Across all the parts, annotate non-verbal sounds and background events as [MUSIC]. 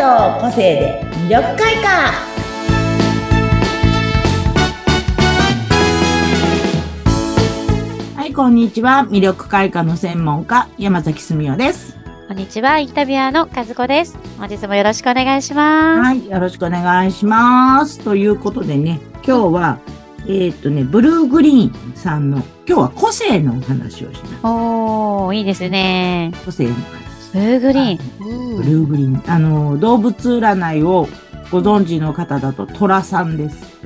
の個性で魅力開花はい、こんにちは。魅力開花の専門家、山崎すみおです。こんにちは、インタビュアーの和子です。本日もよろしくお願いします。はい、よろしくお願いします。ということでね、今日は、えーっとね、ブルーグリーンさんの、今日は個性のお話をします。おー、いいですね。個性の話。ブルーグリーブルン。ーグリーン。あの、動物占いをご存知の方だと、虎さんです。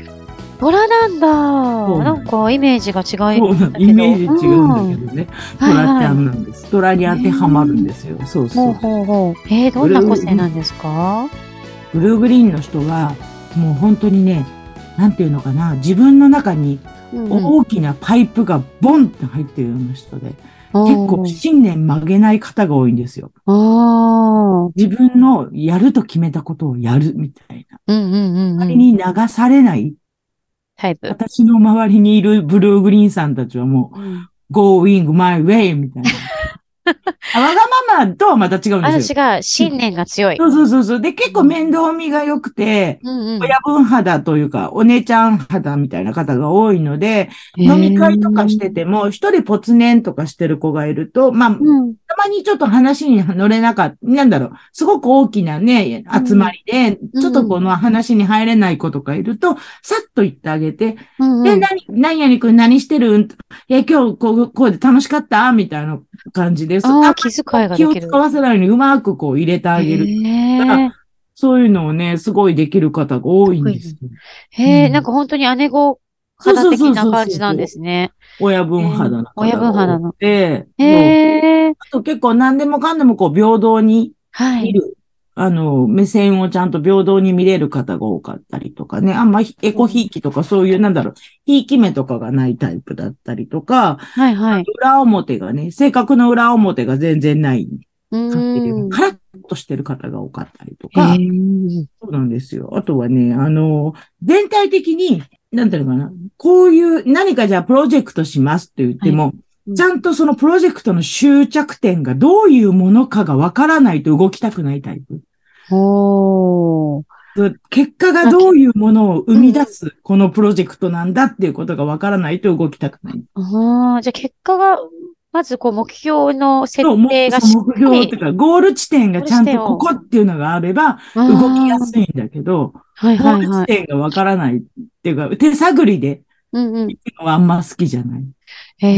ボラなんだ。うなんかイメージが違いそうなのイメージ違うんだけどね。は虎いちはゃい。んなんです。虎に当てはまるんですよ。そうそほうう。ほうほう。えー、どんな個性なんですかブルーグリーンの人は、もう本当にね、なんていうのかな、自分の中に結大きなパイプがボンって入ってるような人で、結構信念曲げない方が多いんですよ。あー。自分のやると決めたことをやるみたいな。うんうんうんあうれん。に流されない。タイプ。私の周りにいるブルーグリーンさんたちはもうんう、going my way みた [LAUGHS] いな。あわがままとはまた違うんです私よ。が信念が強い。そうそうそうそう。で、結構面倒見が良くて、うんうん親分肌というか、お姉ちゃん肌みたいな方が多いので、飲み会とかして。ても、一人ポツネンとかしてる子がいると、まあ、へーうん。たまにちょっと話に乗れなかった、なんだろう、すごく大きなね、うん集まりで、うんちょっとこの話に入れない子とかいると、さっと言ってあげて、うんうで、ん。何、何々くん何してるんえ、今日こう、こうで楽しかったみたいな感じです。ああー気遣いがで気をき使る。わせないようにうまくこう入れてあげる。へだーからそういうのをね、すごいできる方が多いんですよ。へえ、うんなんか本当に姉子そうそう肌そうそう的な感じなんですね。親分肌の方が多くて。えー親分肌ので、へえ、あと結構何でもかんでもこう平等には見い。る、あの、目線をちゃんと平等に見れる方が多かったりとかね。あんまひエコひいきとかそういう、なんだろう、ひいき目とかがないタイプだったりとか、はいはい。裏表がね、性格の裏表が全然ない。うーん。カラッとしてる方が多かったりとへか、ーそうなんですよ。あとはね、あの、全体的に、なんていうのかな、こういう何かじゃあプロジェクトしますって言っても、うんちゃんとそのプロジェクトの終着点がどういうものかがわからないと動きたくないタイプ。おー。結果がどういうものを生み出す、このプロジェクトなんだっていうことがわからないと動きたくない。あーじゃあ結果が、まずこう目標の設そう、目定がしっ目か標っりていうか、ゴール地点がちゃんとここっていうのがあれば、動きやい。すいんだけど、はいゴーはいルは地い。点がわからないっていうか、手探りでうんうん。行くのはあんま好きじゃない。へ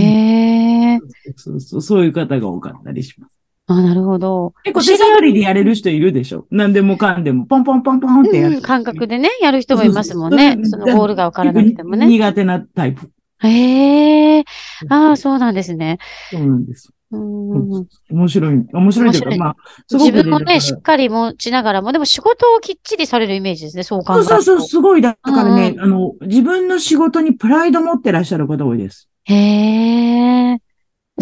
え。そうそう、そういう方が多かったりします。あ、なるほど。結構手探りでやれる人いるでしょ何でもかんでも、ポンポンポンポンってやうる。ん、感覚でね、やる人もいますもんねそう。そうそのゴールがわからなくてもね。苦手なタイプ。へえ。ああ、そうなんですね。そうなんです。うーん。面白い。面白いというか、面白いまあ、すごく自分もだからね、しっかり持ちながらも、でも仕事をきっちりされるイメージですね、そう考えそうると。そうそう、すごい。だからね、うんあの、自分の仕事にプライド持ってらっしゃる方多いです。へえ。ん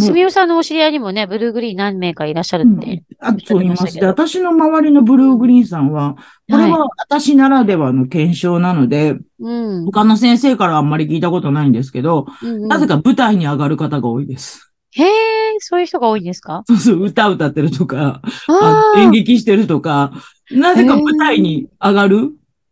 すみおさんのお知り合いにもね、ブルーグリーン何名かいらっしゃるって。あそう言います。で、うん私の周りのブルーグリーンさんは、これい。は私ならではの検証なので、うん。他の先生からあんまり聞いたことないんですけど、うんうんなぜか舞台に上がる方が多いです。 [LAUGHS] へえ、そういう人が多いんですかそうそう、歌歌ってるとか、あああ。演劇してるとか、なぜか舞台に上がる、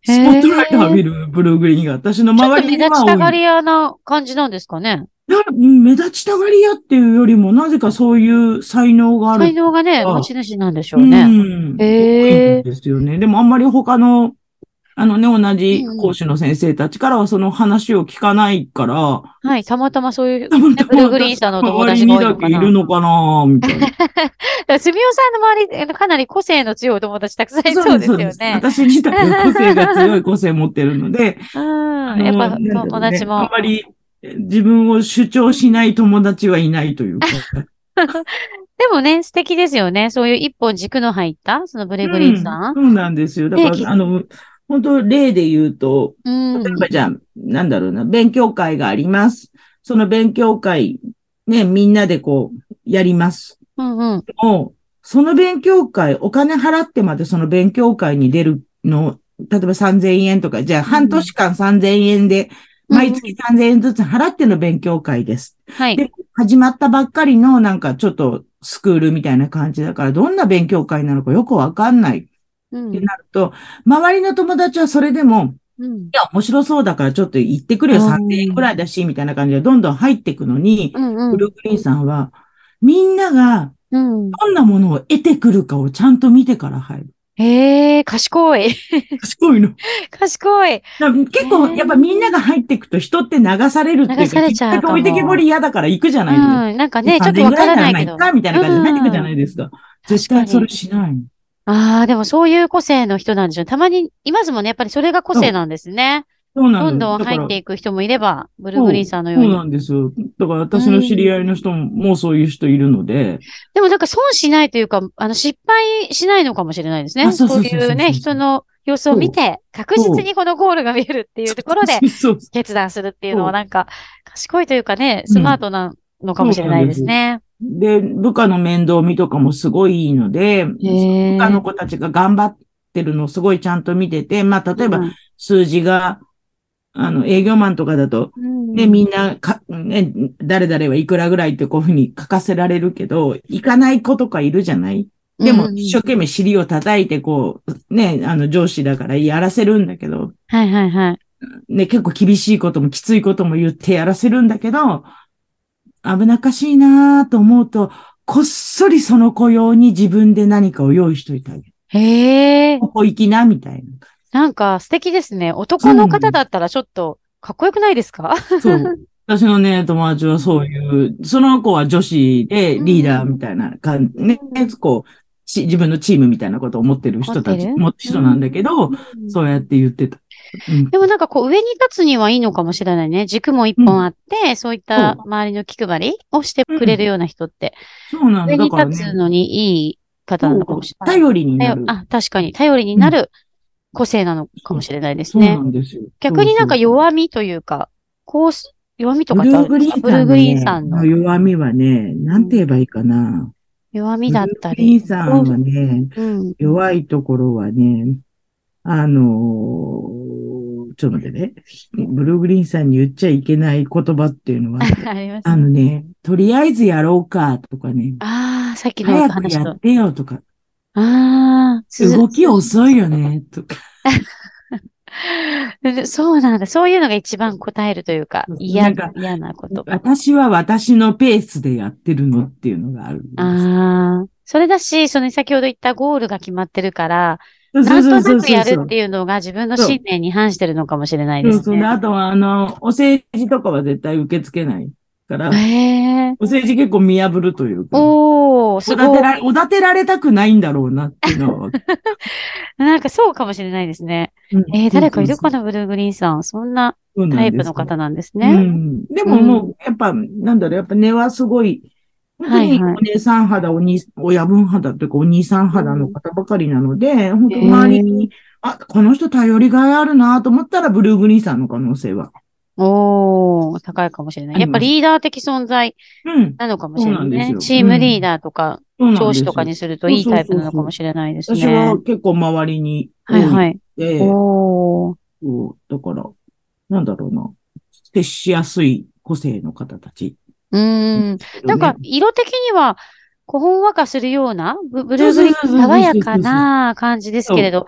へースポットライト浴びるブルーグリーンが私のちょっ周とりに目立はちたが多い。り屋な感じなんですかね。なうん目立ちたがり屋っていうよりも、なぜかそういう才能がある。才能がね、あ持ち主なんでしょううね。ん。へー多いんですよね。でもあんまり他の、あのね、同じうんうん講師の先生たちからはその話を聞かないから、はい、たまたまそういう、 [LAUGHS] たまねたブルーまグリーン私さんのおの友周達りにが多いだのけかいな。るのかなみたいな。すみおさんの周り、かなり個性の強いお友達たくさんい [LAUGHS] そうですよね。私自体は個性が強い個性持ってるの [LAUGHS] で、うあん。のやっなぱ、んだろうね友達あんも。まりえ自分を主張しない友達はいないというか。でもね、素敵ですよね。そういう一本軸の入った、その [LAUGHS] ブレグリーンさん。うんそうなんですよ。だかねきら、あの、本当例で言うと、うん。例えばじゃあ、なんだろうな、勉強会があります。その勉強会、ね、みんなでこう、やります。うんうん。もう、その勉強会、お金払ってまでその勉強会に出るの、例えば3000円とか、じゃあ半年間3000円で、毎月3000円ずつ払っての勉強会です。はい。で、始まったばっかりのなんかちょっとスクールみたいな感じだから、どんな勉強会なのかよくわかんない。うんってなると、周りの友達はそれでも、うんいや、面白そうだからちょっと行ってくるよ、うん3000円くらいだし、みたいな感じでどんどん入ってくのに、うんブルーグリーンさんは、みんながうん。どんなものを得てくるかをちゃんと見てから入る。へえ、賢い。 [LAUGHS] 賢いの。賢い。だから結構、ねえやっぱみんなが入ってくと人って流されるっていうか、流されちゃうかも置いてけぼり嫌だから行くじゃうないの。ん。なんかね、ちょっとわからないけ3000ぐらいならど。行くかみたいな感じで入ってくじゃないですか。絶対それ確かにしないの。ああ、でもそういう個性の人なんでしょう。たまにいますもんね。やっぱりそれが個性なんですね。そうなのどんどん入っていく人もいれば、ブルーグリーンさんのだよからうそうにな。んですよ。だから私の知り合いの人も、もうそういう人いるので、でもなんか損しないというか、あの、失敗しないのかもしれないですね。あそうそそううそうそういうね、人の様子を見て、確実にこのゴールが見えるっていうところで [LAUGHS] そう決断するっていうのそはうなんか、賢いというかね、うんスマートなのかもしれないですね。で、部下の面倒見とかもすごいいいので、へ部下の子たちが頑張ってるのをすごいちゃんと見てて、まあ、例えば数字が、あの、営業マンとかだと、ね、みんなか、ね、誰々はいくらぐらいってこういうふうに書かせられるけど、行かない子とかいるじゃないでも、一生懸命尻を叩いて、こう、ね、あの、上司だからやらせるんだけど、はいはいはい。ね、結構厳しいこともきついことも言ってやらせるんだけど、危なっかしいなぁと思うと、こっそりその子用に自分で何かを用意しといてあげる。へえ、ここ行きな、みたいなんか素敵ですね。男の方だったらちょっとかっこよくないですかな。 [LAUGHS] そう。私のね、友達はそういう、その子は女子でリーダーみたいな感じ、ねうん、こう、ち自分のチームみたいなことを持ってる人た持ってち、る持ってる人なんだけど、そうやって言ってた。うんでもなんかこう上に立つにはいいのかもしれないね。軸も一本あって、そういったそう周りの気配りをしてくれるような人って、そうなん上だ。だにから立つね、のにいい方なのかもしれない。頼りにな頼る。あ、確かに。頼りになる個性なのかもしれないですそうねな。んですよ。逆になんそうそかう弱みというか、こうす、弱みとかブってルあーるグんリですーンかブルーグリーンさんののね弱みはね、なんて言えばいいかな。弱みだったブルーグリり。ーンさんはね、うん。 [LAUGHS] 弱いところはね、あのーちょっと待ってね。ブルーグリーンさんに言っちゃいけない言葉っていうのは、ありますあのね、とりあえずやろうかとかね、ああ、さっきの早く話やと。ってよとか、ああ、す動き遅いよねとか。でそうなんだ。そういうのが一番答えるというかそう、そう嫌な、なん嫌なこと。あ私は私のペースでやってるのっていうのがあるんです。あー、それだし、その先ほど言ったゴールが決まってるから、そうそなうんそうとそうなくそうやるっていうのが自分のそう信念に反してるのかもしれないでそうすそうであね。とは、あの、お政治とかは絶対受け付けないから、へえ。お政治結構見破るというか、おおー、すだごてい。られ、おだてられたくないんだろうなっていう [LAUGHS] のは。なんかそうかもしれないですね。うんえー、誰かいるかそな、ブルーグリーンさん。そんなうそうなんタイですプの方なんですうね。ん。でももう、やっぱ、なんだろう、やっぱ根はすごい、本当にはいはいお姉さん肌、お兄、親分肌というかお兄さん肌の方ばかりなので、本当周りに、あ、この人頼りがいあるなと思ったら、ブルーグリーンさんの可能性は。おー、高いかもしれなあい。りやっますぱリーダー的存在うん。なのかもしれなそいなうんですね。よチームリーダーとか、そうなん上です司よとかにするといいタイプなのかもしれないです私はね。結構周りに多はいいはい。で、おー。そうだから、なんだろうな。接しやすい個性の方たち、うーん。なんか、色的には、こうほんわかするような、ブブルーグリーンそうそうそうそう爽やかな感じですけれど、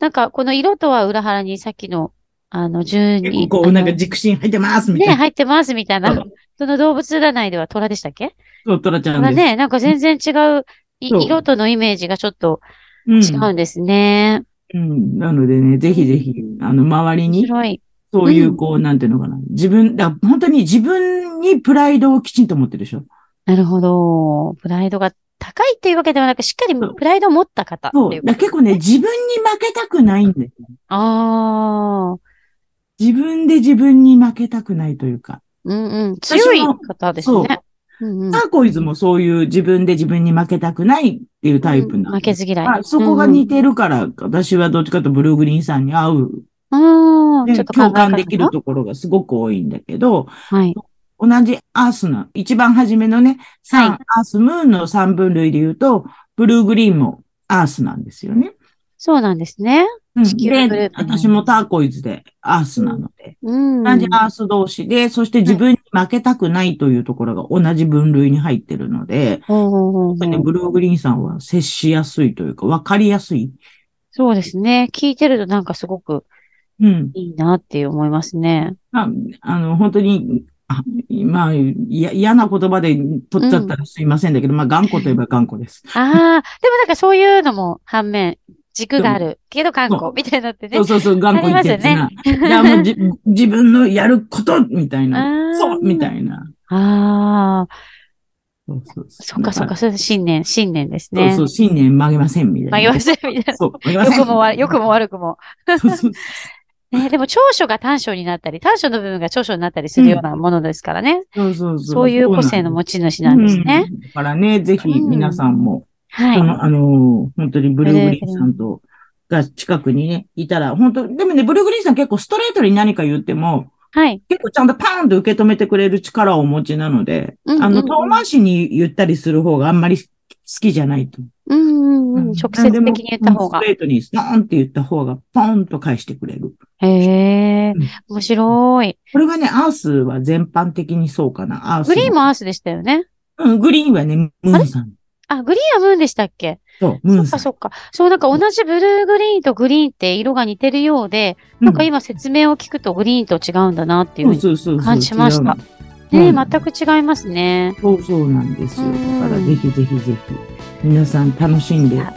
なんか、この色とは裏腹にさっきの、あの、順結構に、こあう、のなんか軸心入ってますみたいね、な。入ってますみたいそな、その動物占いでは虎でしたっけそう、トラちゃん虎です。ね、なんか全然違う、いそう色とのイメージがちょっとうん違うんですね。うん。なのでね、ぜひぜひ、あの、周り面に、白い。そういうう、んこう、なんていうのかな。自分、だ本当に自分にプライドをきちんと持ってるでしょ。なるほど。プライドが高いっていうわけではなく、しっかりそうプライドを持った方っていそうう。こだとから結構ね、自分に負けたくないんだよ。ああ、自分で自分に負けたくないというか。うんうん。強い私も方ですそうね。うんうんターコイズもそういう自分で自分に負けたくないっていうタイプな負んけです。ず嫌い。あそこが似てるから、私はどっちかというとブルーグリーンさんに合う、うんうん。ああ、ねちょっと考え共感方できるところがすごく多いんだけど、はい。同じアースの、一番初めのね、サン、はいアース、ムーンの三分類で言うと、ブルーグリーンもアースなんですよね。そうなんですね。うん、地球のグルーでプ、私もターコイズでアースなので、うん。同じアース同士で、そして自分に負けたくないというところが同じ分類に入ってるので、ほうほうほうほうね、ブルーグリーンさんは接しやすいというか、わかりやすいそうですね。聞いてるとなんかすごくうん。いいなって思いますね。まあ、あの、本当に、あまあ、いや嫌な言葉で取っちゃったらすいませんだけど、まあ、頑固といえば頑固です。ああ、でもなんかそういうのも反面、軸があるけど頑そう固みたいになってねそう。そうそう、頑固一徹な。あいや、もうじ自分のやることみたいな。あそうみたな。いな。ああ、そうそうそうそっかそっか、。そう信念、信念ですそうねそ。う、信念曲げませんみたいな。まあ、言わせるみたいそう、曲げな。ません。良くもわ、良くも悪くも。そうそうね、でも長所が短所になったり、短所の部分が長所になったりするようなものですからね。そうそうそう。そういう個性の持ち主なんですね。うん。だからね、ぜひ皆さんも、はあい。の、あの、本当にブルーグリーンさんと、が近くにね、いたら、本当でもね、ブルーグリーンさん結構ストレートに何か言っても、はい。結構ちゃんとパーンと受け止めてくれる力をお持ちなので、うんうんあの、遠回しに言ったりする方があんまり好きじゃないと。うんうんうん。直接的に言った方がスト。レートにストーンって言った方が、ポンと返してくれる。へえうん、面白い。これがね、アースは全般的にそうかな。アース。グリーンもアースでしたよね。うん、グリーンはね、ムーンさん。あ、グリーンはムーンでしたっけそう、ムそーンっさかん。そっか。そう、なんか同じブルーグリーンとグリーンって色が似てるようで、うんなんか今説明を聞くとグリーンと違うんだなっていうふうに。そうそうそうそう感じました。違うねのうん全く違いますね。 [LAUGHS] そうそうなんですよ。うだんからぜひぜひぜひ、皆さん楽しんでは、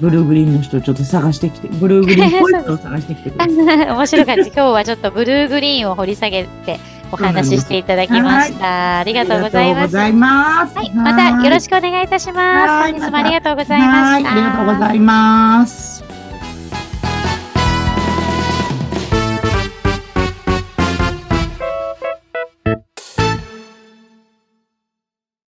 ブルーグリーンの人ちょっと探してきて、ブルーグリーンポイントを探してきてください。面白かった。今日はちょっとブルーグリーンを掘り下げてお話ししていただきま [LAUGHS] した。ありがとうございありがとうまごす。ざはます。いい、またよろしくお願いいたします。はい本日もありがとうございました。はいありがとうございます。